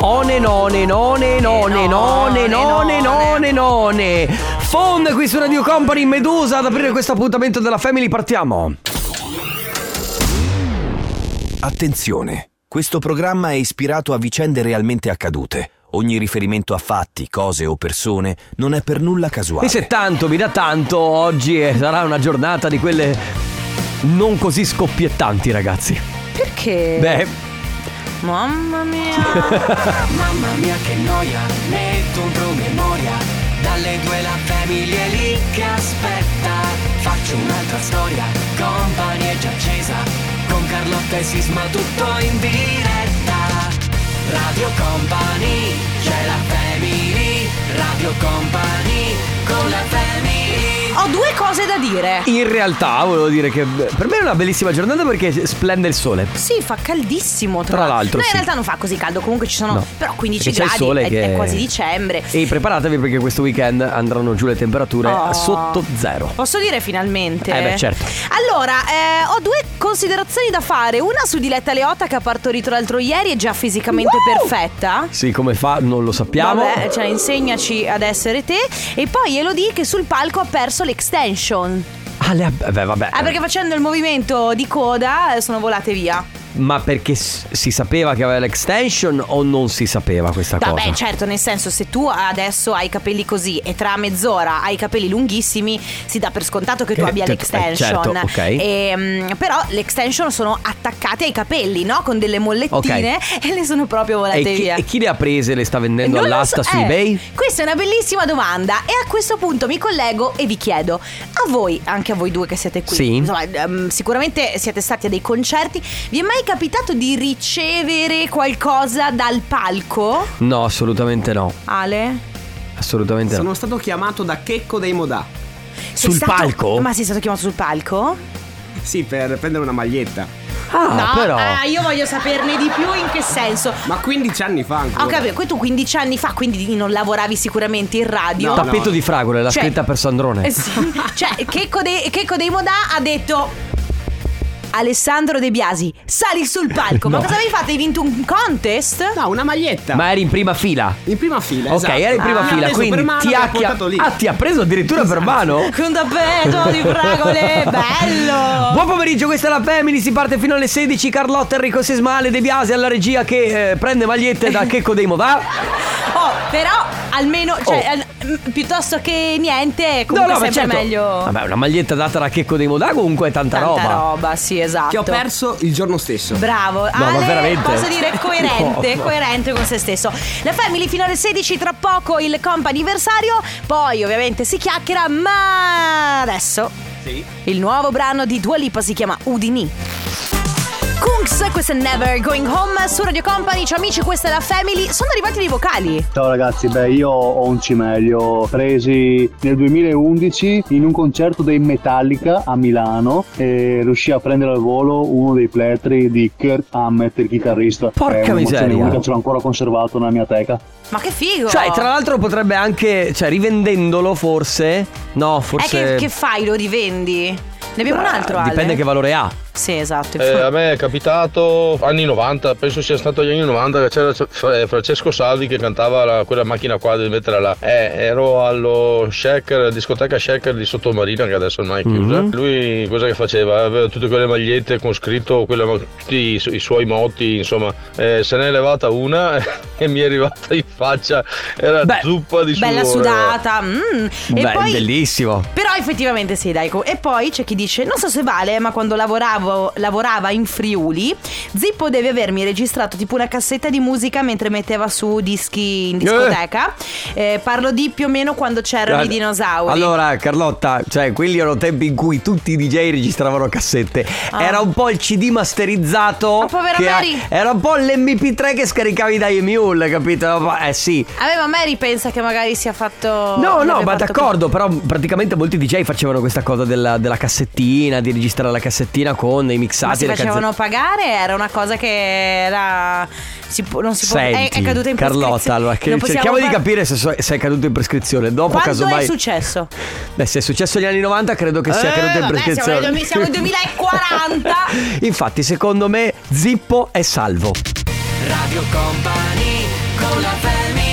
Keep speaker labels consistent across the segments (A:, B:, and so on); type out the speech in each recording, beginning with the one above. A: One none none none none none none none Fond qui su Radio Company Medusa ad aprire questo appuntamento della Family partiamo
B: Attenzione, questo programma è ispirato a vicende realmente accadute. Ogni riferimento a fatti, cose o persone non è per nulla casuale.
A: E se tanto mi dà tanto oggi eh, sarà una giornata di quelle non così scoppiettanti ragazzi
C: Perché?
A: Beh
C: Mamma mia.
D: Mamma mia che noia, metto un promemoria Dalle due la famiglia è lì che aspetta Faccio un'altra storia, company è già accesa Con Carlotta e Sisma tutto in diretta Radio Company, c'è la family Radio Company, con la family
C: Ho due cose da dire.
A: in realtà volevo dire che per me è una bellissima giornata perché splende il sole
C: Sì, fa caldissimo. Tra,
A: Tra l'altro,
C: No, in
A: sì.
C: realtà non fa così caldo. Comunque ci sono.
A: No,
C: Però 15
A: perché c'è
C: gradi.
A: il sole
C: è,
A: che-
C: è quasi dicembre.
A: E preparatevi perché questo weekend andranno giù le temperature
C: Oh.
A: sotto zero.
C: Posso dire finalmente?
A: Eh beh, certo.
C: Allora, eh, ho due considerazioni da fare. Una su Diletta Leota che ha partorito l'altro ieri è già fisicamente perfetta.
A: Sì, come fa non lo sappiamo.
C: Vabbè, cioè insegnaci ad essere te. E poi Elodie che sul palco ha perso l'extension.
A: Ah, le ha- beh, vabbè.
C: Ah, perché facendo il movimento di coda eh, sono volate via.
A: Ma perché s- si sapeva che aveva l'extension o non si sapeva questa
C: Vabbè,
A: cosa?
C: certo, nel senso, se tu adesso hai i capelli così e tra mezz'ora hai i capelli lunghissimi, si dà per scontato che tu
A: Che-
C: abbia
A: che- eh,
C: l'extension.
A: certo, ok.
C: Ehm, però l'extension sono attaccati ai capelli, no? Con delle mollettine e le sono proprio volate
A: e, chi,
C: via.
A: e chi le ha prese e le sta vendendo
C: Non lo
A: all'asta
C: so-
A: su
C: eh,
A: eBay?
C: Questa è una bellissima domanda e a questo punto mi collego e vi chiedo a voi, anche a voi due che siete qui,
A: Sì.
C: insomma, ehm, sicuramente siete stati a dei concerti, vi è mai capitato di ricevere qualcosa dal palco?
A: No, assolutamente no.
C: Ale?
A: Assolutamente no.
E: Sono stato chiamato da Checco dei Modà.
C: Sei
A: Sul
C: stato-
A: palco?
C: Ma sei stato chiamato sul palco?
E: Sì, per prendere una maglietta.
A: Ah,
C: no,
A: però.
C: ah, io voglio saperne di più in che senso.
E: Ma 15 anni fa ancora.
C: Ho capito, que- tu 15 anni fa, quindi non lavoravi sicuramente in radio.
E: No,
A: Tappeto
E: no.
A: di fragole, la
C: Cioè-
A: scritta per Sandrone.
C: Eh sì. cioè, Checco, De- Checco Dei Modà ha detto. Alessandro De Biasi, sali sul palco. Ma
A: No.
C: cosa avevi fatto? Hai vinto un contest?
E: No, una maglietta.
A: Ma eri in prima fila.
E: In prima fila.
A: ok,
E: esatto.
A: eri in prima
C: Ah. Esatto.
E: Mi ha
A: fila,
E: preso
A: quindi
E: per mano
A: ti
E: e mi
A: ha,
E: ha portato lì.
A: ah, ti ha preso addirittura per mano?
C: Con tappeto di fragole, bello.
A: Buon pomeriggio, questa è la Family, si parte fino alle 16, Carlotta, Enrico Sismale, De Biasi alla regia che eh, prende magliette da Checco dei Modà. Boh.
C: Oh, però almeno, cioè, al- m- piuttosto che niente, comunque
A: Oh. ma certo.
C: sempre meglio.
A: Vabbè, una maglietta data da Checco dei Modà comunque è tanta,
C: Tanta
A: roba.
C: roba, sì, esatto.
E: Che ho perso il giorno stesso.
C: Bravo,
A: ma
C: Ale,
A: veramente?
C: posso dire coerente,
A: No, no.
C: coerente con se stesso. La Family fino alle 16, tra poco il comp anniversario, poi ovviamente si chiacchiera, ma adesso il nuovo brano di Dua Lipa si chiama Udini. Kungs, questo è Never Going Home su Radio Company, ciao amici, questa è la Family, sono arrivati dei vocali.
F: Ciao ragazzi, beh io ho un cimelio presi nel 2011 in un concerto dei Metallica a Milano e riuscì a prendere al volo uno dei pletri di Kurt Hammett, il chitarrista.
A: Porca
F: È un'emozione
A: miseria.
F: unica, ce l'ho ancora conservato nella mia teca.
C: Ma che figo!
A: Cioè, tra l'altro potrebbe anche, cioè, rivendendolo forse, no,
C: Eh,
A: forse...
C: che, che fai, lo rivendi? Ne abbiamo un altro, Ale?
A: Dipende che valore ha.
C: Sì, esatto.
G: Eh,
C: infatti.
G: a me è capitato anni 90, penso sia stato gli anni 90 che c'era Fra- eh, Francesco Salvi che cantava la- quella macchina qua devi metterla là. Eh, ero allo shaker, discoteca shaker di Sottomarina che adesso ormai è
C: Mhm.
G: chiusa. Lui cosa che faceva? Aveva tutte quelle magliette con scritto quella- tutti i, su- i suoi motti, insomma. Eh, se ne è levata una e mi è arrivata in faccia. Era
A: Beh,
G: zuppa di sudore.
C: Bella sudata. mm. E
A: Beh,
C: poi
A: bellissimo.
C: Però effettivamente sì, dai. co- E poi c'è chi dice: Non so se vale, ma quando lavoravo, lavorava in Friuli, Zippo deve avermi registrato tipo una cassetta di musica mentre metteva su dischi in discoteca. Eh, parlo di più o meno quando c'erano i dinosauri.
A: Allora, Carlotta, cioè, quelli erano tempi in cui tutti i DJ registravano cassette.
C: Ah.
A: Era un po' il CD masterizzato.
C: Ma povera
A: che-
C: Mary.
A: Era un po' l'MP3 che scaricavi da Emule, capito? Ma- Eh sì.
C: A me, ma Mary pensa che magari sia fatto.
A: No, no,
C: l'abbia
A: ma
C: fatto
A: d'accordo, però praticamente molti DJ facevano questa cosa della, della cassettina, di registrare la cassettina con i
C: per- Ma
A: mixati
C: si
A: e le canzoni.
C: facevano pagare, era una cosa che era. si può- non si può. eh, è-
A: Senti,
C: è, caduta in
A: Carlotta,
C: prescrizione.
A: allora, che-
C: Non possiamo
A: cerchiamo di
C: par-
A: capire se, so- se è caduto in prescrizione. Dopo,
C: Quando
A: casomai.
C: è successo?
A: Beh, se è successo negli anni 90, credo che sia
C: Eh,
A: caduto in
C: vabbè,
A: prescrizione.
C: siamo nel duemi- siamo nel 2040.
A: Infatti, secondo me, Zippo è salvo.
D: Radio Company, con la family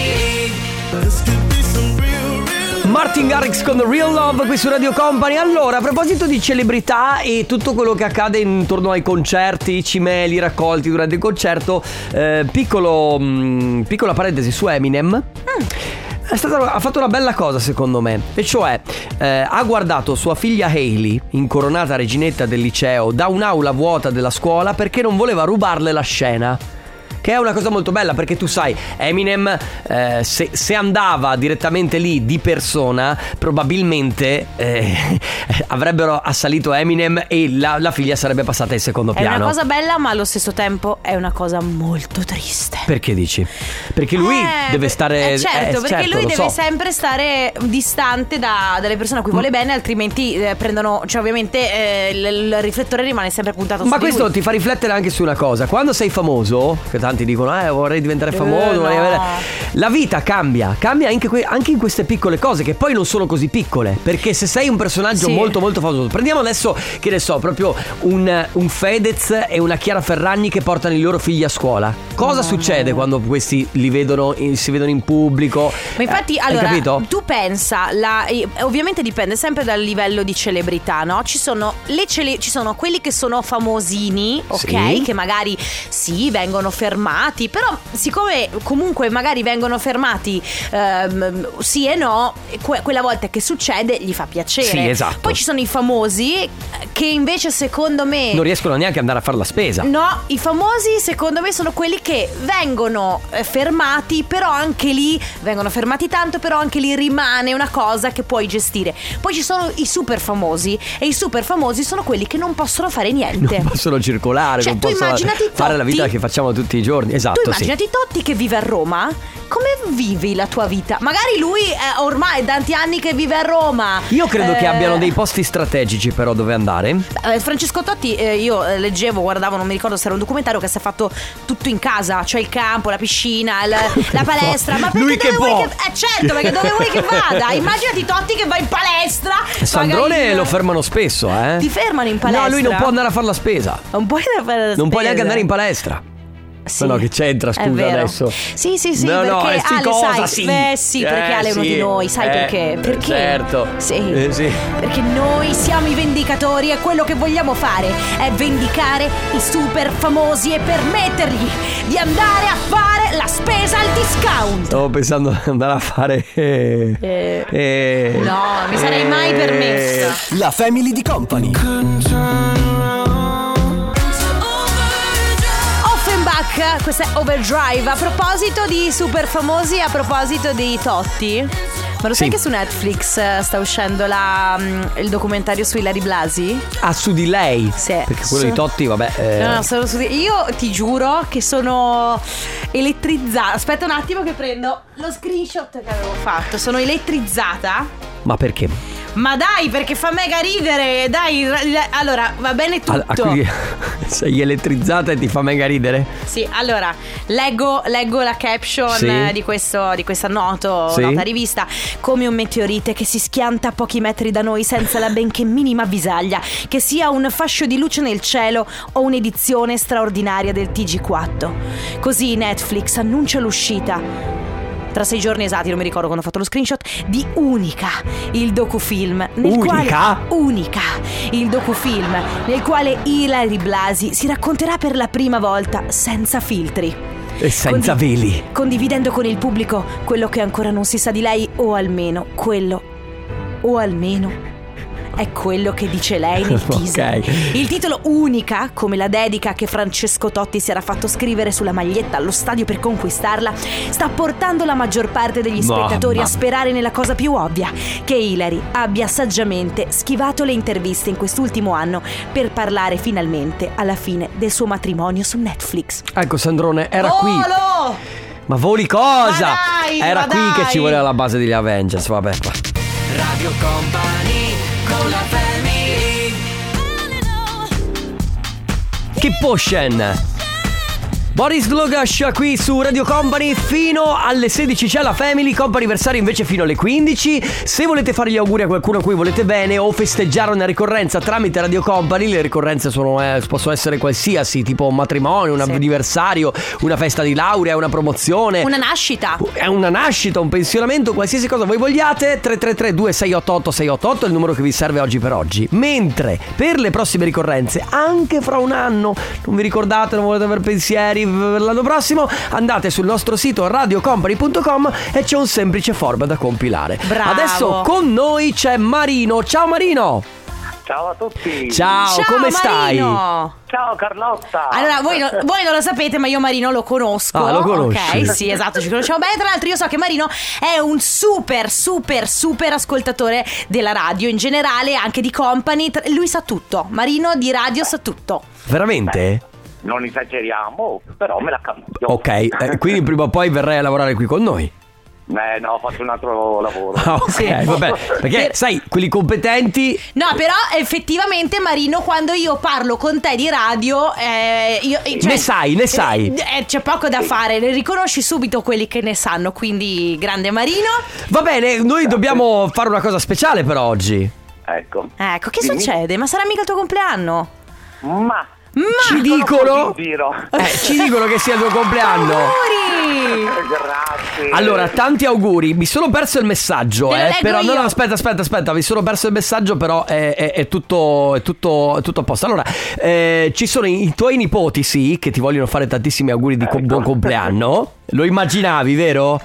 A: Martin Garrix con Real Love qui su Radio Company. Allora, a proposito di celebrità e tutto quello che accade intorno ai concerti, cimeli raccolti durante il concerto, eh, piccolo, mh, piccola parentesi su Eminem. È stata- ha fatto una bella cosa secondo me, e cioè eh, ha guardato sua figlia Hailey, incoronata reginetta del liceo, da un'aula vuota della scuola perché non voleva rubarle la scena. Che è una cosa molto bella perché tu sai, Eminem eh, se, se andava direttamente lì di persona, probabilmente eh, avrebbero assalito Eminem e la, la figlia sarebbe passata in secondo
C: È
A: piano.
C: una cosa bella, ma allo stesso tempo è una cosa molto triste.
A: Perché dici? Perché lui
C: Eh,
A: deve stare...
C: eh, certo,
A: eh,
C: perché lui
A: lo
C: deve
A: so.
C: sempre stare distante da- dalle persone a cui
A: Mm.
C: vuole bene, altrimenti eh, prendono, cioè ovviamente eh, il, il riflettore rimane sempre puntato su
A: Ma
C: di lui.
A: questo ti fa riflettere anche su una cosa. Quando sei famoso, che tanti dicono, eh, vorrei diventare famoso.
C: Eh,
A: vorrei
C: no.
A: avere-" La vita cambia, cambia anche, que- anche in queste piccole cose, che poi non sono così piccole. Perché se sei un personaggio
C: Sì.
A: molto, molto famoso, prendiamo adesso, che ne so, proprio un, un Fedez e una Chiara Ferragni che portano i loro figli a scuola. Cosa succede quando questi li vedono, in- si vedono in pubblico?
C: Ma infatti,
A: Eh, hai
C: allora,
A: capito?
C: tu pensa, la- eh, ovviamente dipende sempre dal livello di celebrità, no? Ci sono, le cele- ci sono quelli che sono famosini, ok?
A: Sì.
C: Che magari sì, vengono fermati, però siccome comunque magari vengono fermati ehm, sì e no, que- quella volta che succede gli fa piacere.
A: Sì, esatto.
C: Poi ci sono i famosi eh, che invece secondo me...
A: Non riescono neanche ad andare a fare la spesa.
C: No, i famosi secondo me sono quelli che vengono eh, fermati, però anche lì vengono fermati tanto, però anche lì rimane una cosa che puoi gestire. Poi ci sono i super famosi e i super famosi sono quelli che non possono fare niente.
A: Non possono circolare,
C: Cioè,
A: non
C: tu
A: possono
C: immaginati
A: fare la vita
C: Totti-
A: che facciamo tutti i giorni. Esatto,
C: tu
A: sì.
C: immaginati Totti che vive a Roma? Come vivi la tua vita? Magari lui eh, ormai è tanti anni che vive a Roma.
A: Io credo che
C: Eh,
A: abbiano dei posti strategici però dove andare.
C: Eh, Francesco Totti, eh, io eh, leggevo, guardavo, non mi ricordo se era un documentario che si è fatto tutto in casa, cioè il campo, la piscina, il- la palestra. Ma perché
A: Lui che
C: dove vuoi
A: può.
C: che- Eh certo, perché dove vuoi che vada? Immaginati Totti che va in palestra. paga
A: Sandrone
C: il-
A: lo fermano spesso, eh.
C: Ti fermano in palestra?
A: No, lui non può andare a fare la spesa.
C: Non puoi andare a
A: Non può neanche andare in palestra.
C: Sì.
A: No, no, che c'entra,
C: È
A: scusa,
C: vero.
A: adesso.
C: Sì, sì, sì,
A: No,
C: perché
A: no, eh, sì,
C: Ale,
A: cosa,
C: sai,
A: sì.
C: beh, sì, perché
A: Eh,
C: Ale è uno
A: sì.
C: di noi, sai
A: Eh,
C: perché? Perché?
A: certo.
C: Sì.
A: Eh, sì.
C: Perché noi siamo i vendicatori e quello che vogliamo fare è vendicare i super famosi e permettergli di andare a fare la spesa al discount.
A: Stavo pensando ad andare a fare. eh,
C: Eh.
A: eh,
C: No, mi sarei
A: eh,
C: mai permessa.
B: La Family di Company.
C: Offenbach, questa è Overdrive. A proposito di super famosi, a proposito di Totti. Ma lo sai
A: Sì.
C: che su Netflix eh, sta uscendo la, mm, il documentario su Ilari Blasi?
A: Ah, su di lei.
C: Sì.
A: Perché quello di Totti, vabbè. eh,
C: No, no, sono su- Io ti giuro che sono elettrizzata. Aspetta un attimo che prendo lo screenshot che avevo fatto. Sono elettrizzata.
A: Ma perché?
C: Ma dai, perché fa mega ridere. Dai, ra- la- allora va bene tutto.
A: A- a cui- sei elettrizzata e ti fa mega ridere?
C: Sì, allora leggo, leggo la caption
A: Sì.
C: eh, di, questo, di questa noto,
A: Sì.
C: nota rivista. Come un meteorite che si schianta a pochi metri da noi senza la benché minima visaglia, che sia un fascio di luce nel cielo o un'edizione straordinaria del TG4. Così Netflix annuncia l'uscita. Tra sei giorni esatti, non mi ricordo quando ho fatto lo screenshot, di Unica, il docufilm. Nel
A: Unica?
C: Quale, Unica, il docufilm nel quale Hilary Blasi si racconterà per la prima volta senza filtri.
A: E Eh, senza
C: Condi-
A: veli.
C: Condividendo con il pubblico quello che ancora non si sa di lei, o almeno quello, o almeno è quello che dice lei nel
A: Ok.
C: teaser. Il titolo Unica, come la dedica che Francesco Totti si era fatto scrivere sulla maglietta allo stadio per conquistarla, sta portando la maggior parte degli
A: Mamma.
C: spettatori a sperare nella cosa più ovvia, che Hilary abbia saggiamente schivato le interviste in quest'ultimo anno per parlare finalmente alla fine del suo matrimonio su Netflix.
A: Ecco, Sandrone, era
C: Oh,
A: qui.
C: Volo!
A: Ma voli cosa?
C: Ma dai,
A: Era
C: ma
A: qui
C: dai.
A: che ci voleva la base degli Avengers, vabbè. va.
D: Radio Company con la family
A: Keep Ocean Boris Glogash qui su Radio Company fino alle 16 c'è la Family Company anniversario invece fino alle 15 se volete fare gli auguri a qualcuno a cui volete bene o festeggiare una ricorrenza tramite Radio Company le ricorrenze sono, eh, possono essere qualsiasi tipo un matrimonio un
C: Sì.
A: anniversario una festa di laurea una promozione
C: Una nascita.
A: è una nascita, un pensionamento, qualsiasi cosa voi vogliate, 333 2688 688 è il numero che vi serve oggi per oggi. Mentre per le prossime ricorrenze, anche fra un anno, non vi ricordate, non volete avere pensieri v- l'anno prossimo, andate sul nostro sito radiocompany.com e c'è un semplice form da compilare.
C: Bravo.
A: Adesso con noi c'è Marino. Ciao Marino!
H: Ciao a tutti.
A: Ciao, Ah, oh, come stai?
C: Marino.
H: Ciao Carlotta.
C: Allora, voi, no- voi non lo sapete, ma io Marino lo conosco.
A: Ah, lo conosci.
C: Ok, sì, esatto, ci conosciamo bene. Tra l'altro, io so che Marino è un super, super, super ascoltatore della radio in generale, anche di company. Tra- Lui sa tutto. Marino di radio sa tutto.
A: Veramente?
H: Non esageriamo, però me la
C: Certo.
H: cambio.
A: Ok, eh, quindi prima o poi verrai a lavorare qui con noi.
H: Eh no, faccio un altro lavoro.
A: Ah, ok,
C: Sì.
A: vabbè, perché
C: Per-
A: sai, quelli competenti
C: No, però effettivamente Marino, quando io parlo con te di radio, eh, io- eh, cioè-
A: Ne sai, ne sai.
C: Eh, eh, c'è poco da fare, ne riconosci subito quelli che ne sanno. Quindi, grande Marino.
A: Va bene, noi dobbiamo fare una cosa speciale per oggi.
H: Ecco.
A: Eh.
C: Ecco, che
H: Dimmi.
C: succede? Ma sarà mica il tuo compleanno?
H: Ma
C: Ma
A: Ci dicono.
H: in giro.
A: Eh, ci dicono che sia il tuo compleanno.
C: Auguri!
H: Grazie.
A: Allora, tanti auguri. Mi sono perso il messaggio.
C: Te lo
A: eh,
C: leggo
A: però, no,
C: io.
A: no, aspetta, aspetta, aspetta. Mi sono perso il messaggio, però è, è- è tutto, è, tutto, è tutto a posto. Allora, eh, ci sono i, i tuoi nipoti, sì, che ti vogliono fare tantissimi auguri di co-
H: Ecco.
A: buon compleanno. Lo immaginavi, vero?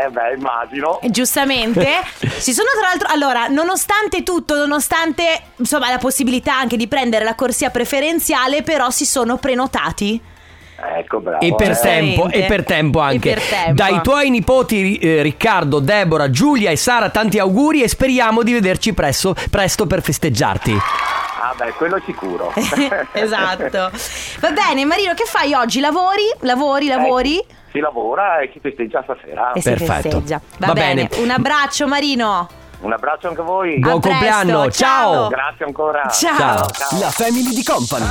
H: Eh beh, immagino.
C: Giustamente, si sono tra l'altro. Allora, nonostante tutto, nonostante insomma la possibilità anche di prendere la corsia preferenziale, però si sono prenotati.
H: Ecco, bravo.
A: E per
H: eh.
A: tempo, e per tempo anche.
C: E per tempo.
A: Dai tuoi nipoti eh, Riccardo, Deborah, Giulia e Sara, tanti auguri e speriamo di vederci presso- presto per festeggiarti.
H: Ah beh, quello sicuro.
C: esatto. Va bene, Marino, che fai oggi? Lavori? Lavori, lavori?
H: Eh, si lavora e si festeggia stasera.
C: E si
A: perfetto.
C: festeggia. Va,
A: Va
C: bene.
A: bene.
C: un abbraccio, Marino.
H: Un abbraccio anche a voi.
A: Buon
C: A presto,
A: compleanno, ciao.
H: Grazie ancora.
C: Ciao. Ah,
B: La Family di Company.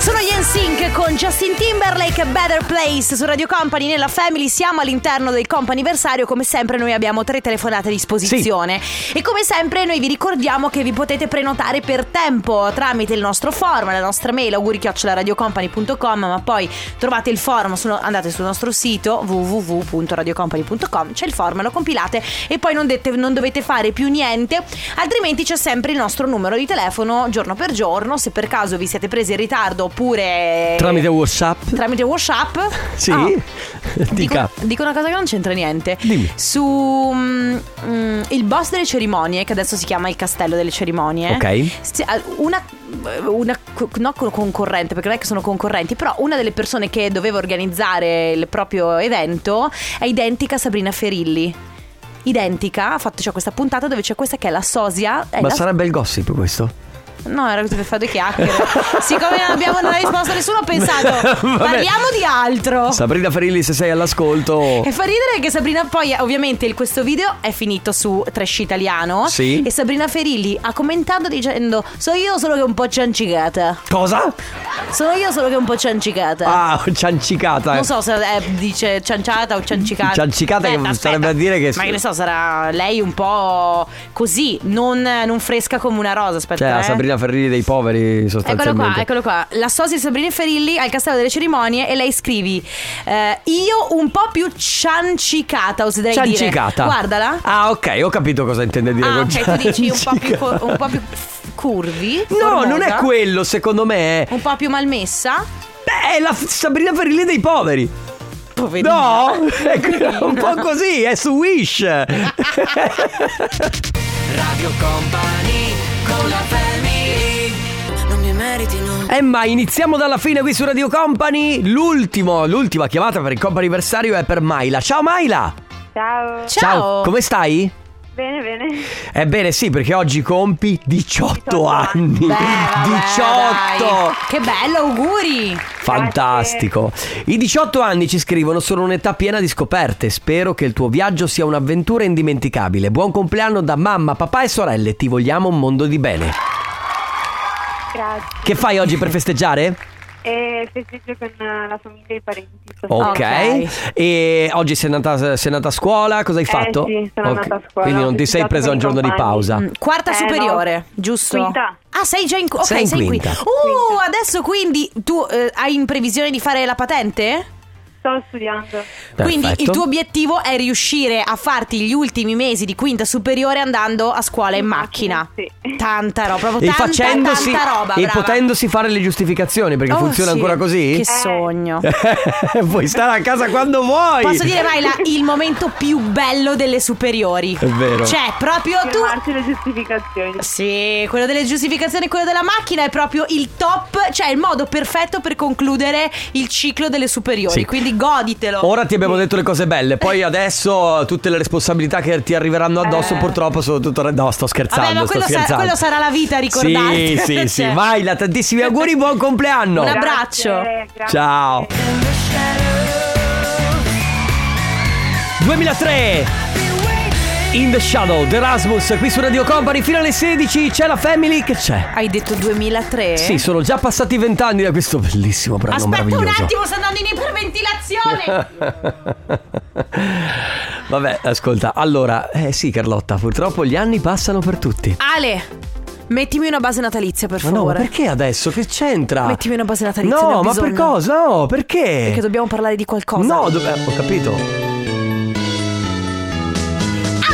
C: Sono gli NSYNC con Justin Timberlake Better Place su Radio Company nella Family siamo all'interno del companiversario come sempre noi abbiamo tre telefonate a disposizione e come sempre noi vi ricordiamo che vi potete prenotare per tempo tramite il nostro forum la nostra mail augurichiocciolaradiocompany.com ma poi trovate il forum su- andate sul nostro sito www.radiocompany.com c'è il forum lo compilate e poi non, dete- non dovete fare più niente altrimenti c'è sempre il nostro numero di telefono giorno per giorno se per caso vi siete presi in ritardo oppure
A: Tramite WhatsApp?
C: tramite WhatsApp
A: Sì.
C: Ah,
A: Dica.
C: Dico, dico una cosa che non c'entra niente.
A: Dimmi.
C: Su mm, mm, il boss delle cerimonie, che adesso si chiama il castello delle cerimonie.
A: Ok.
C: si- ah, Una, una co- no, co- concorrente, perché non è che sono concorrenti, però una delle persone che doveva organizzare il proprio evento è identica a Sabrina Ferilli. Identica, ha fatto c'è questa puntata dove c'è questa che è la sosia. è
A: Ma
C: la-
A: sarebbe il gossip questo?
C: No, era così per fare due chiacchiere. Siccome non abbiamo non ha risposto nessuno, ho pensato,
A: Vabbè.
C: parliamo di altro.
A: Sabrina Ferilli, se sei all'ascolto.
C: E fa ridere Oh. che Sabrina poi ovviamente il- questo video è finito su Trash Italiano
A: Sì.
C: e Sabrina Ferilli ha commentato dicendo "So io solo che un po' ciancicata".
A: Cosa?
C: Sono io solo che un po' ciancicata.
A: Ah, ciancicata.
C: Non so se è- dice cianciata o ciancicata.
A: Ciancicata che sarebbe a dire che-
C: Ma che ne so, sarà lei un po' così, non, non fresca come una rosa, aspetta.
A: Cioè, la Sabrina
C: eh.
A: Ferrilli dei poveri
C: Eccolo
A: sostanzialmente.
C: qua, eccolo qua. La sosia di Sabrina Ferilli al castello delle cerimonie e lei scrivi eh, Io un po' più ciancicata, oserei dire.
A: Ciancicata.
C: Guardala.
A: Ah, ok, ho capito cosa intende dire
C: Ah,
A: con
C: ok, tu dici un po' più,
A: ciancicata.
C: cur- un po' più curvi.
A: No, non è
C: formosa,
A: quello, secondo me. è-
C: Un po' più malmessa.
A: Beh, è la F- Sabrina Ferrilli dei poveri.
C: Poverina.
A: No, è que- un po' così, è su Wish. Eh ma iniziamo dalla fine qui su Radio Company. L'ultimo, l'ultima chiamata per il comp anniversario è per Maila. Ciao Maila!
I: Ciao.
C: Ciao.
A: come stai?
I: Bene, bene.
A: Ebbene sì, perché oggi compi 18,
I: 18
A: anni.
I: anni.
C: Beh, vabbè,
A: 18!
C: dai. Che bello, auguri.
A: Fantastico. I 18 anni ci scrivono sono un'età piena di scoperte. Spero che il tuo viaggio sia un'avventura indimenticabile. Buon compleanno da mamma, papà e sorelle. Ti vogliamo un mondo di bene.
I: Grazie.
A: Che fai oggi per festeggiare?
I: E festeggio con eh, la famiglia e i parenti.
A: Ok.
C: Ok.
A: E oggi sei andata, sei andata a scuola? Cosa hai fatto?
I: Eh sì, sono
A: Ok.
I: andata a scuola,
A: Quindi non
I: ho
A: ti sei
I: festeggiato
A: presa
I: con
A: un
I: i
A: giorno di
I: compagni.
A: pausa.
C: Mm, Quarta
I: Eh,
C: superiore,
I: no.
C: giusto?
I: Quinta.
C: Ah, sei già in, ok,
A: Sei in
C: sei
A: quinta.
C: Uh,
I: Quinta.
C: adesso quindi tu eh, hai in previsione di fare la patente?
I: Sto studiando.
C: Quindi il
A: Perfetto.
C: tuo obiettivo è riuscire a farti gli ultimi mesi di quinta superiore andando a scuola in
I: In
C: macchina.
I: macchina, sì.
C: Tanta roba, proprio
A: E
C: tanta,
A: facendosi
C: tanta roba.
A: e
C: brava.
A: potendosi fare le giustificazioni perché
C: Oh,
A: funziona
C: sì.
A: ancora
C: Che
I: Eh.
A: così? Eh,
C: sogno.
A: Puoi stare a casa quando vuoi.
C: Posso dire, Maila, il momento più bello delle superiori.
A: È vero.
C: Cioè, proprio tu.
I: Firmarsi le giustificazioni.
C: Sì, quello delle giustificazioni e quello della macchina è proprio il top, cioè il modo perfetto per concludere il ciclo delle superiori.
A: Sì.
C: Quindi goditelo.
A: Ora ti abbiamo detto le cose belle, poi adesso tutte le responsabilità che ti arriveranno addosso
C: Eh.
A: purtroppo sono tutto... No, sto scherzando,
C: Vabbè, ma
A: sto
C: quello sa-
A: scherzando.
C: quello sarà la vita a ricordarti.
A: Sì, sì, sì.
C: Cioè.
A: Vai, là, tantissimi auguri, buon compleanno.
C: Un
I: Grazie,
C: abbraccio.
I: grazie.
A: Ciao. 2003 In the Shadow, The Rasmus, qui su Radio Company, fino alle 16 c'è la Family che c'è.
C: Hai detto 2003?
A: Sì, sono già passati vent'anni da questo bellissimo brano
C: Eh? Aspetta un
A: meraviglioso.
C: attimo, sto andando in iperventilazione.
A: Vabbè, ascolta, allora, eh sì Carlotta, purtroppo gli anni passano per tutti.
C: Ale, mettimi una base natalizia, per
A: Ma no, ma
C: favore.
A: perché adesso? Che c'entra?
C: Mettimi una base natalizia. ne
A: No,
C: ho
A: ma
C: bisogno.
A: per cosa? No, perché?
C: Perché dobbiamo parlare di qualcosa.
A: No, dov- eh, ho capito.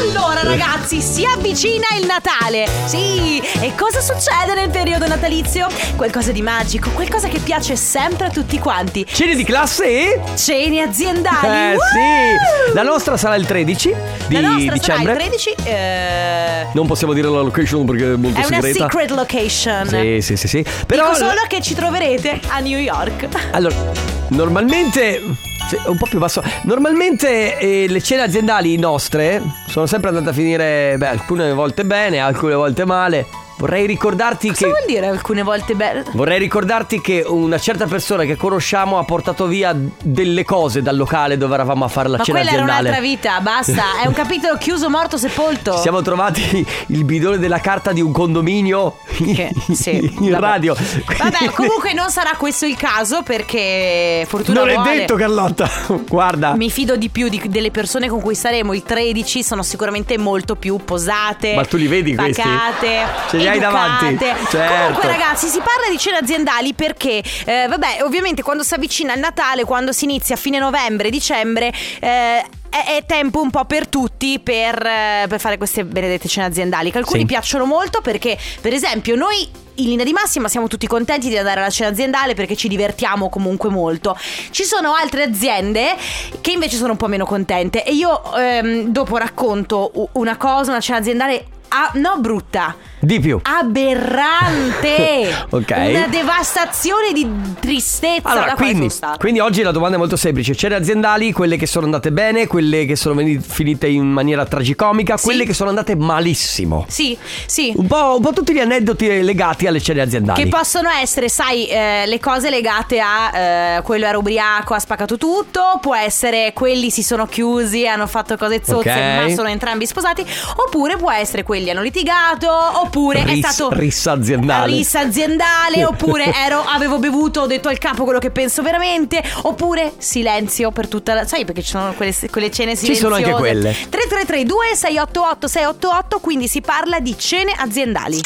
C: Allora ragazzi, si avvicina il Natale. Sì, e cosa succede nel periodo natalizio? Qualcosa di magico, qualcosa che piace sempre a tutti quanti.
A: Cene di classe e...
C: Cene aziendali.
A: Eh
C: Woo!
A: sì! La nostra sarà il 13 di
C: La nostra sarà
A: dicembre.
C: il 13 eh,
A: Non possiamo dire la location perché è molto
C: È una
A: segreta.
C: secret location.
A: Sì, sì, sì, sì. Però
C: Dico solo che ci troverete a New York.
A: allora normalmente sì, un po' più basso. Normalmente eh, le cene aziendali nostre sono sempre andate a finire beh, alcune volte bene, alcune volte male. Vorrei ricordarti
C: Cosa
A: che
C: vuol dire alcune volte belle?
A: Vorrei ricordarti che una certa persona che conosciamo ha portato via delle cose dal locale dove eravamo a fare la
C: Ma
A: cena
C: quella
A: aziendale.
C: era un'altra vita, basta. È un capitolo chiuso, morto, sepolto.
A: Ci siamo trovati il bidone della carta di un condominio
C: Che- sì,
A: in
C: vabbè.
A: radio.
C: Vabbè, comunque non sarà questo il caso perché fortuna
A: Non è
C: vuole.
A: detto, Carlotta. Guarda.
C: Mi fido di più di- delle persone con cui saremo il 13, sono sicuramente molto più posate.
A: Ma tu li vedi questi?
C: pacate,
A: Ce li hai
C: educate.
A: davanti? Certo.
C: Comunque ragazzi, si parla di cene aziendali perché eh, vabbè, ovviamente quando si avvicina il Natale, quando si inizia a fine novembre, dicembre, eh, è è tempo un po' per tutti per, eh, per fare queste benedette cene aziendali. Che alcuni
A: Sì.
C: piacciono molto perché, per esempio, noi in linea di massima siamo tutti contenti di andare alla cena aziendale perché ci divertiamo comunque molto. Ci sono altre aziende che invece sono un po' meno contente. E io ehm, dopo racconto u- una cosa, una cena aziendale. ah, no, brutta.
A: Di più.
C: Ah, Aberrante.
A: Ok.
C: Una devastazione di tristezza.
A: Allora,
C: da quale
A: quindi,
C: sono stata.
A: quindi oggi la domanda è molto semplice. Cene aziendali, quelle che sono andate bene, quelle che sono veni- finite in maniera tragicomica, quelle che sono andate malissimo.
C: Sì, sì.
A: Un po', un po' tutti gli aneddoti legati alle cene aziendali.
C: Che possono essere, sai, eh, le cose legate a eh, quello era ubriaco, ha spaccato tutto, può essere quelli si sono chiusi, hanno fatto cose zozze,
A: Ok.
C: ma sono entrambi sposati, oppure può essere quelli hanno litigato, oppure
A: Ris-
C: è stato
A: rissa aziendale.
C: rissa aziendale, oppure ero avevo bevuto, ho detto al capo quello che penso veramente, oppure silenzio per tutta la sai perché ci sono quelle, quelle cene silenziose.
A: Ci sono anche quelle.
C: 3332 688 688, quindi si parla di cene aziendali.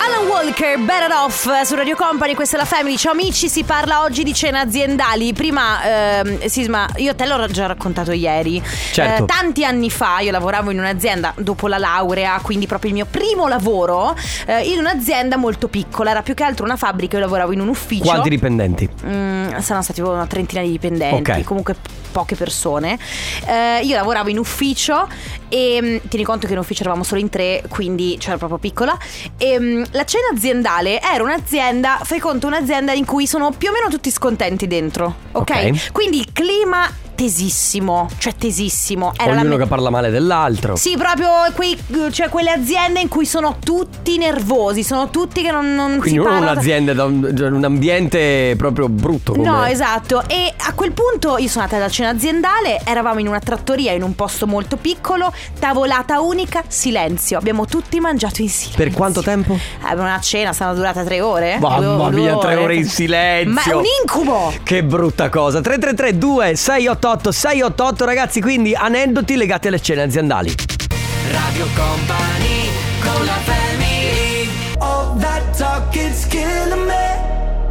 C: Alan Walker, Better Off eh, su Radio Company, questa è la Family. Ciao amici, si parla oggi di cene aziendali. Prima, ehm, Sisma, io te l'ho già raccontato ieri. Eh,
A: Certo.
C: tanti anni fa io lavoravo in un'azienda dopo la laurea, quindi proprio il mio primo lavoro, eh, in un'azienda molto piccola. Era più che altro una fabbrica, io lavoravo in un ufficio.
A: Quanti dipendenti?
C: Mm, saranno stati tipo una trentina di dipendenti,
A: Ok.
C: comunque p- poche persone. Eh, io lavoravo in ufficio e mm, tieni conto che in ufficio eravamo solo in tre, quindi c'era proprio piccola. E, mm, la cena aziendale era un'azienda, fai conto, un'azienda in cui sono più o meno tutti scontenti dentro, ok?
A: Ok.
C: Quindi il clima tesissimo, cioè tesissimo. Era la
A: Ognuno
C: me-
A: che parla male dell'altro.
C: sì, proprio quei, cioè quelle aziende in cui sono tutti nervosi, sono tutti che non, non
A: Quindi
C: si
A: uno è
C: parlano.
A: un'azienda da un, da un ambiente proprio brutto. Come...
C: No, esatto. E a quel punto io sono andata da cena aziendale, eravamo in una trattoria in un posto molto piccolo, tavolata unica, silenzio. Abbiamo tutti mangiato in silenzio.
A: Per quanto tempo?
C: Eh, una cena sarà durata tre ore.
A: Mamma
C: Due-
A: mia,
C: due
A: tre ore in
C: Ma è
A: silenzio.
C: un incubo!
A: Che brutta cosa. 3332 688 688 ragazzi, quindi aneddoti legati alle scene aziendali.
D: Radio Company con la family All that talk is killing me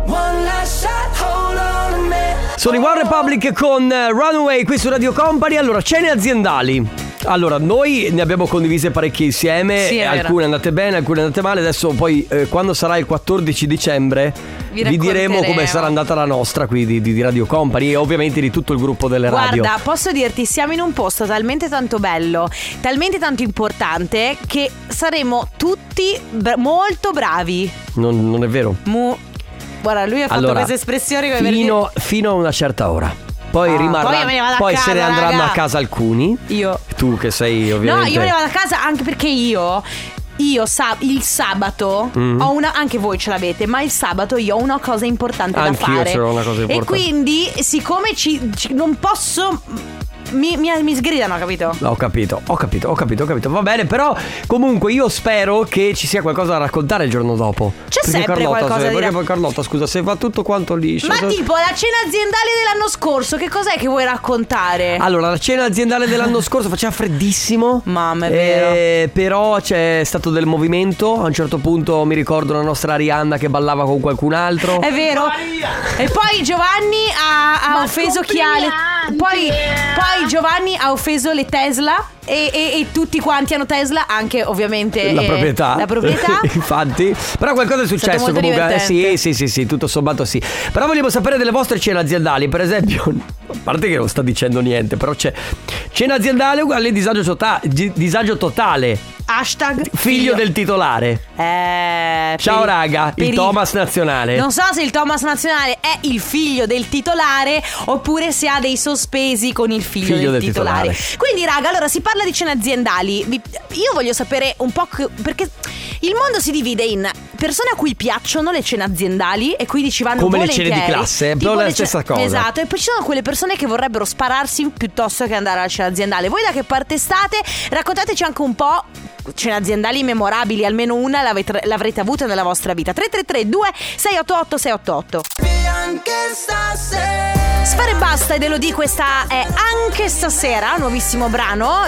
D: One last shot, hold on a minute
A: Sono i One Republic con eh, Runaway qui su Radio Company. Allora, cene aziendali. Allora, noi ne abbiamo condivise parecchie insieme,
C: Sì, è vero.
A: alcune andate bene, alcune andate male. Adesso poi eh, quando sarà il 14 dicembre
C: Vi
A: vi, diremo
C: racconteremo.
A: come sarà andata la nostra qui di, di- di Radio Company e ovviamente di tutto il gruppo delle radio.
C: Guarda, posso dirti, siamo in un posto talmente tanto bello, talmente tanto importante, che saremo tutti bra- molto bravi.
A: Non, non è vero.
C: Mu- Guarda, lui ha fatto
A: allora,
C: queste espressioni come per dire-
A: fino, fino a una certa ora. Poi
C: Ah,
A: rimarrà.
C: poi me ne vado a casa,
A: se ne andranno
C: raga.
A: a casa alcuni.
C: Io.
A: Tu che sei ovviamente.
C: No, io me ne vado a casa anche perché io. Io sa- il sabato
A: Mm.
C: ho una. Anche voi ce l'avete, ma il sabato io ho una cosa importante
A: Anch'io
C: da fare.
A: ce l'ho una cosa importante.
C: E quindi, siccome ci, ci- non posso. Mi, mi, mi sgridano, capito?
A: Ho capito, ho capito, ho capito, ho capito. Va bene, però comunque io spero che ci sia qualcosa da raccontare il giorno dopo.
C: C'è
A: Perché
C: sempre
A: Carlotta,
C: qualcosa
A: se,
C: da
A: perché
C: dire.
A: poi Carlotta, scusa, se va tutto quanto liscio.
C: Ma
A: se-
C: tipo la cena aziendale dell'anno scorso, che cos'è che vuoi raccontare?
A: Allora, la cena aziendale dell'anno scorso faceva freddissimo.
C: Mamma, è
A: Eh,
C: vero.
A: Però c'è stato del movimento. A un certo punto mi ricordo la nostra Arianna che ballava con qualcun altro.
C: È vero. E poi Giovanni ha, ha offeso chi ha le- poi, poi Giovanni ha offeso le Tesla e, e- e tutti quanti hanno Tesla, anche ovviamente
A: la
C: eh,
A: proprietà.
C: La proprietà.
A: Infatti. Però qualcosa è successo
C: molto
A: comunque. eh,
C: divertente.
A: sì, sì, sì, sì, tutto sommato sì. Però vogliamo sapere delle vostre cene aziendali. Per esempio, a parte che non sta dicendo niente, però c'è cena aziendale uguale disagio, tota- gi- disagio totale.
C: Hashtag
A: Figlio del titolare.
C: Eh,
A: Ciao, raga, il
C: per
A: Thomas nazionale.
C: Non so se il Thomas nazionale è il figlio del titolare oppure se ha dei sospesi con il figlio,
A: Figlio del
C: titolare.
A: titolare.
C: Quindi raga, allora si parla di cene aziendali. Vi- Io voglio sapere un po' che- perché il mondo si divide in persone a cui piacciono le cene aziendali e quindi ci vanno
A: Come le
C: volentieri.
A: cene di classe, è
C: Tipo
A: proprio la
C: le cene-
A: stessa cosa.
C: Esatto, e poi ci sono quelle persone che vorrebbero spararsi piuttosto che andare alla cena aziendale. Voi da che parte state? Raccontateci anche un po' cene aziendali memorabili, almeno una l'avete- l'avrete avuta nella vostra vita. 3332 688 688. Sfare basta ed Elodie, questa è anche stasera, nuovissimo brano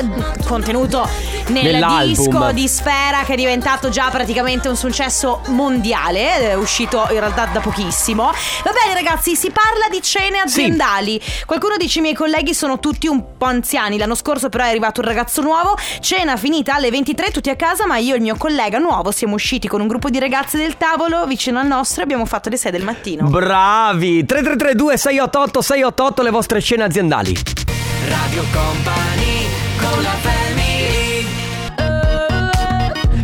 C: contenuto nel
A: Nell'album.
C: disco di Sfera che è diventato già praticamente un successo mondiale, è uscito in realtà da pochissimo. Va bene ragazzi, si parla di cene aziendali. Qualcuno dice i miei colleghi sono tutti un po' anziani, l'anno scorso però è arrivato un ragazzo nuovo, cena finita alle 23 tutti a casa, ma io e il mio collega nuovo siamo usciti con un gruppo di ragazze del tavolo vicino al nostro e abbiamo fatto le 6 del mattino.
A: Bravi! 3332 688 688 le vostre scene aziendali.
D: Radio Company con la family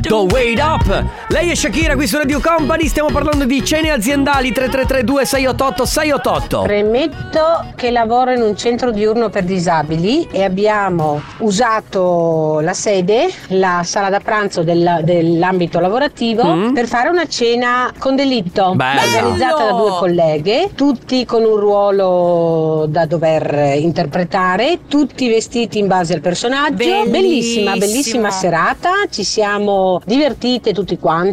A: Don't wait up! Lei è Shakira qui su Radio Company, stiamo parlando di cene aziendali 3332 688 688.
J: Premetto che lavoro in un centro diurno per disabili e abbiamo usato la sede, la sala da pranzo del- dell'ambito lavorativo
A: Mm.
J: per fare una cena con delitto
A: Bello.
J: organizzata da due colleghe, tutti con un ruolo da dover interpretare, tutti vestiti in base al personaggio.
C: Bellissimo.
J: Bellissima, bellissima serata, ci siamo divertite tutti quanti.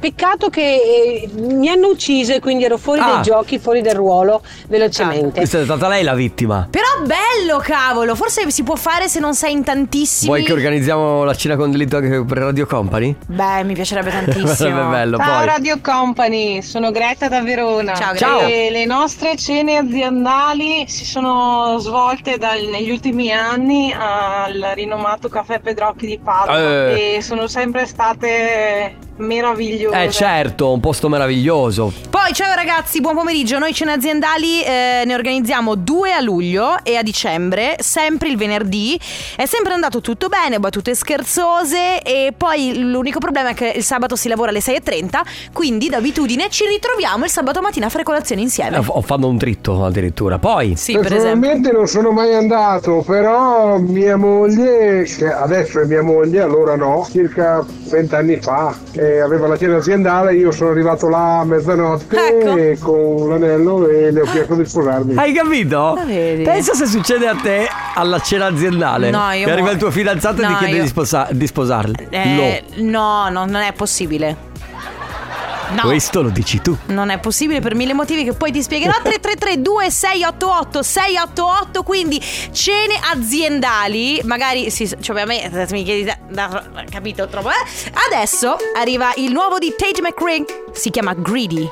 J: Peccato che eh, mi hanno ucciso e quindi ero fuori
A: Ah.
J: dai giochi, fuori dal ruolo velocemente.
A: Questa è stata lei la vittima.
C: Però bello, cavolo! Forse si può fare se non sei in tantissimi.
A: Vuoi che organizziamo la cena con delitto anche per Radio Company?
C: Beh, mi piacerebbe
A: Sarebbe
C: tantissimo.
A: bello
I: Ciao
A: poi.
I: Radio Company, sono Greta da Verona.
C: Ciao, Greta.
A: Ciao.
I: E le nostre cene aziendali si sono svolte dal- negli ultimi anni al rinomato Caffè Pedrocchi di Padova
A: Eh.
I: e sono sempre state meravigliosa.
A: Eh certo, un posto meraviglioso.
C: Poi ciao ragazzi, buon pomeriggio. Noi cene aziendali eh, ne organizziamo due a luglio e a dicembre, sempre il venerdì. È sempre andato tutto bene, battute scherzose e poi l'unico problema è che il sabato si lavora alle 6.30, quindi d'abitudine ci ritroviamo il sabato mattina a fare colazione
A: Eh,
C: insieme.
A: ho fatto un tritto addirittura. Poi...
C: Sì, per esempio.
K: non sono mai andato, però mia moglie, che adesso è mia moglie, allora no, circa vent'anni fa, eh, aveva la cena aziendale, io sono arrivato là a mezzanotte
C: Ecco.
K: eh, con l'anello e le ho chiesto di sposarmi.
A: Hai capito?
C: La vedi?
A: Pensa se succede a te alla cena aziendale.
C: No, io
A: E arriva
C: muoio.
A: il tuo fidanzato e ti
C: No,
A: chiede
C: io-
A: di, sposa- di sposarlo.
C: Eh, no, no, non è possibile. No.
A: Questo lo dici tu.
C: Non è possibile per mille motivi che poi ti spiegherò 333 2688 688 quindi cene aziendali magari sì, cioè a me eh, mi chiedi da- da- capito troppo eh? adesso arriva il nuovo di Tage McRae si chiama Greedy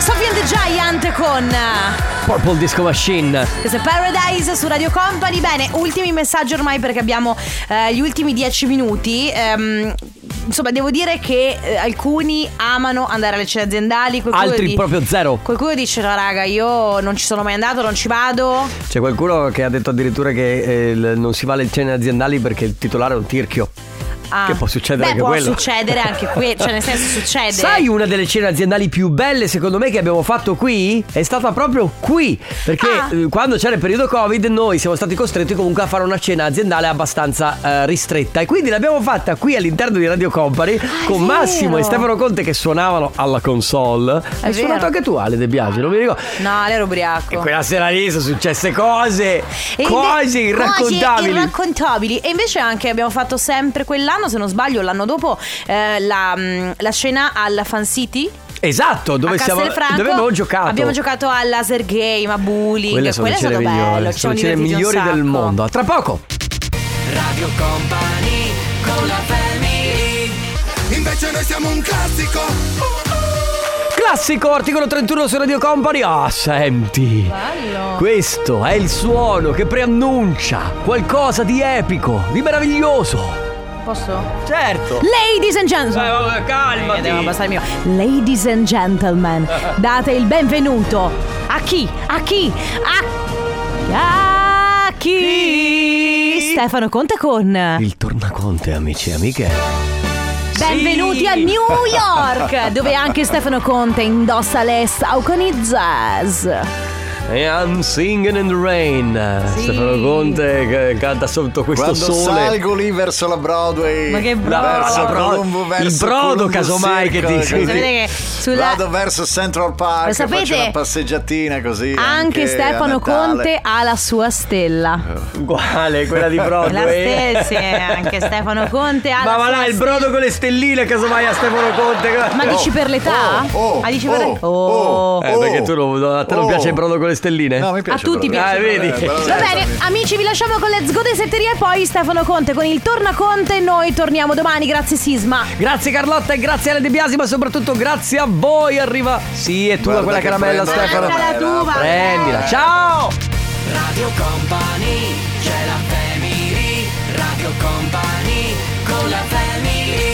C: Sophie and the Giant con eh,
A: Purple Disco Machine.
C: This is Paradise su Radio Company bene ultimi messaggi ormai perché abbiamo eh, gli ultimi dieci minuti Ehm, Insomma, devo dire che eh, alcuni amano andare alle cene aziendali, qualcuno
A: Altri
C: di-
A: proprio zero.
C: Qualcuno dice no raga io non ci sono mai andato, non ci vado
A: C'è qualcuno che ha detto addirittura che eh, l- non si va alle cene aziendali perché il titolare è un tirchio.
C: Ah.
A: Che può succedere
C: Beh,
A: anche
C: può
A: quello.
C: succedere anche qui, cioè nel senso succede
A: Sai una delle cene aziendali più belle secondo me che abbiamo fatto qui? È stata proprio qui, perché
C: Ah.
A: eh, quando c'era il periodo Covid noi siamo stati costretti comunque a fare una cena aziendale abbastanza eh, ristretta e quindi l'abbiamo fatta qui all'interno di Radio Company con
C: Ah, vero.
A: Massimo e Stefano Conte che suonavano alla console.
C: È
A: Hai
C: vero.
A: suonato anche tu Ale De Biagio, non mi ricordo.
C: No, l'ero ubriaco
A: E quella sera lì sono successe cose,
C: E inve-
A: cose
C: Cose
A: irraccontabili.
C: irraccontabili. E invece anche abbiamo fatto sempre quell'anno, se non sbaglio, l'anno dopo, eh, la, mm, la scena alla Fan City.
A: esatto, dove
C: a
A: siamo
C: Castelfranco.
A: dove abbiamo giocato.
C: Abbiamo giocato a laser game, a bullying.
A: Quelle sono le
C: Quello
A: cene
C: è stato bello.
A: migliori,
C: ci
A: sono le
C: siamo
A: cene
C: divertiti un
A: migliori del
C: sacco.
A: mondo. A Tra poco.
D: Radio Company con la family Invece noi siamo un classico
A: Classico, articolo 31 su Radio Company. Ah, senti. Questo è il suono che preannuncia qualcosa di epico, di meraviglioso.
C: Posso?
A: Certo.
C: Ladies and gentlemen.
A: calma.
C: Devo abbassare il mio. Ladies and gentlemen, date il benvenuto a chi? A chi? A, a chi? Stefano Conte con.
A: Il tornaconte, amici e amiche.
C: Benvenuti a New York, dove anche Stefano Conte indossa le sauconi jazz.
A: E I'm singing in the rain. Stefano Conte che canta sotto questo
L: Quando
A: sole.
L: salgo lì verso la Broadway,
C: Ma che brodo.
L: verso
A: La Broad-
L: Colombo,
A: il
L: verso
A: brodo,
L: Colombo
A: casomai, che
L: Circle,
A: ti-
L: così.
C: Sapete che sulla-
L: Vado verso Central Park,
C: Lo sapete?
L: faccio una passeggiatina così.
C: Anche,
L: a
C: Stefano
L: Natale. Eh.
C: Conte ha la sua stella.
A: Uguale, quella di Broadway.
C: La stessa, anche Stefano Conte ha
A: Ma
C: la
A: va
C: sua
A: là, il brodo con le stelline, casomai a Stefano Conte.
C: Ma dici per l'età?
L: oh,
C: ah, dici per
L: oh,
C: l'età?
L: oh.
A: Eh, perché tu non, a te non
L: Oh.
A: piace il brodo con le stelline?
L: No, mi piace.
C: A tutti
L: però.
A: Ah,
C: piace. eh,
A: vedi?
L: però-
C: Va bene, amici, vi lasciamo con Let's Go dei Setteria e poi Stefano Conte con il Torna Conte. Noi torniamo domani, grazie Sisma.
A: Grazie Carlotta e grazie Ale De Biasi, ma soprattutto grazie a voi. Arriva. Sì, è tua
L: Guarda
A: quella
L: che
A: caramella,
L: prendo- eh.
A: Stefano.
L: Guarda la
C: tua.
A: Prendila. Ciao!
D: Radio Company c'è la family Radio Company con la family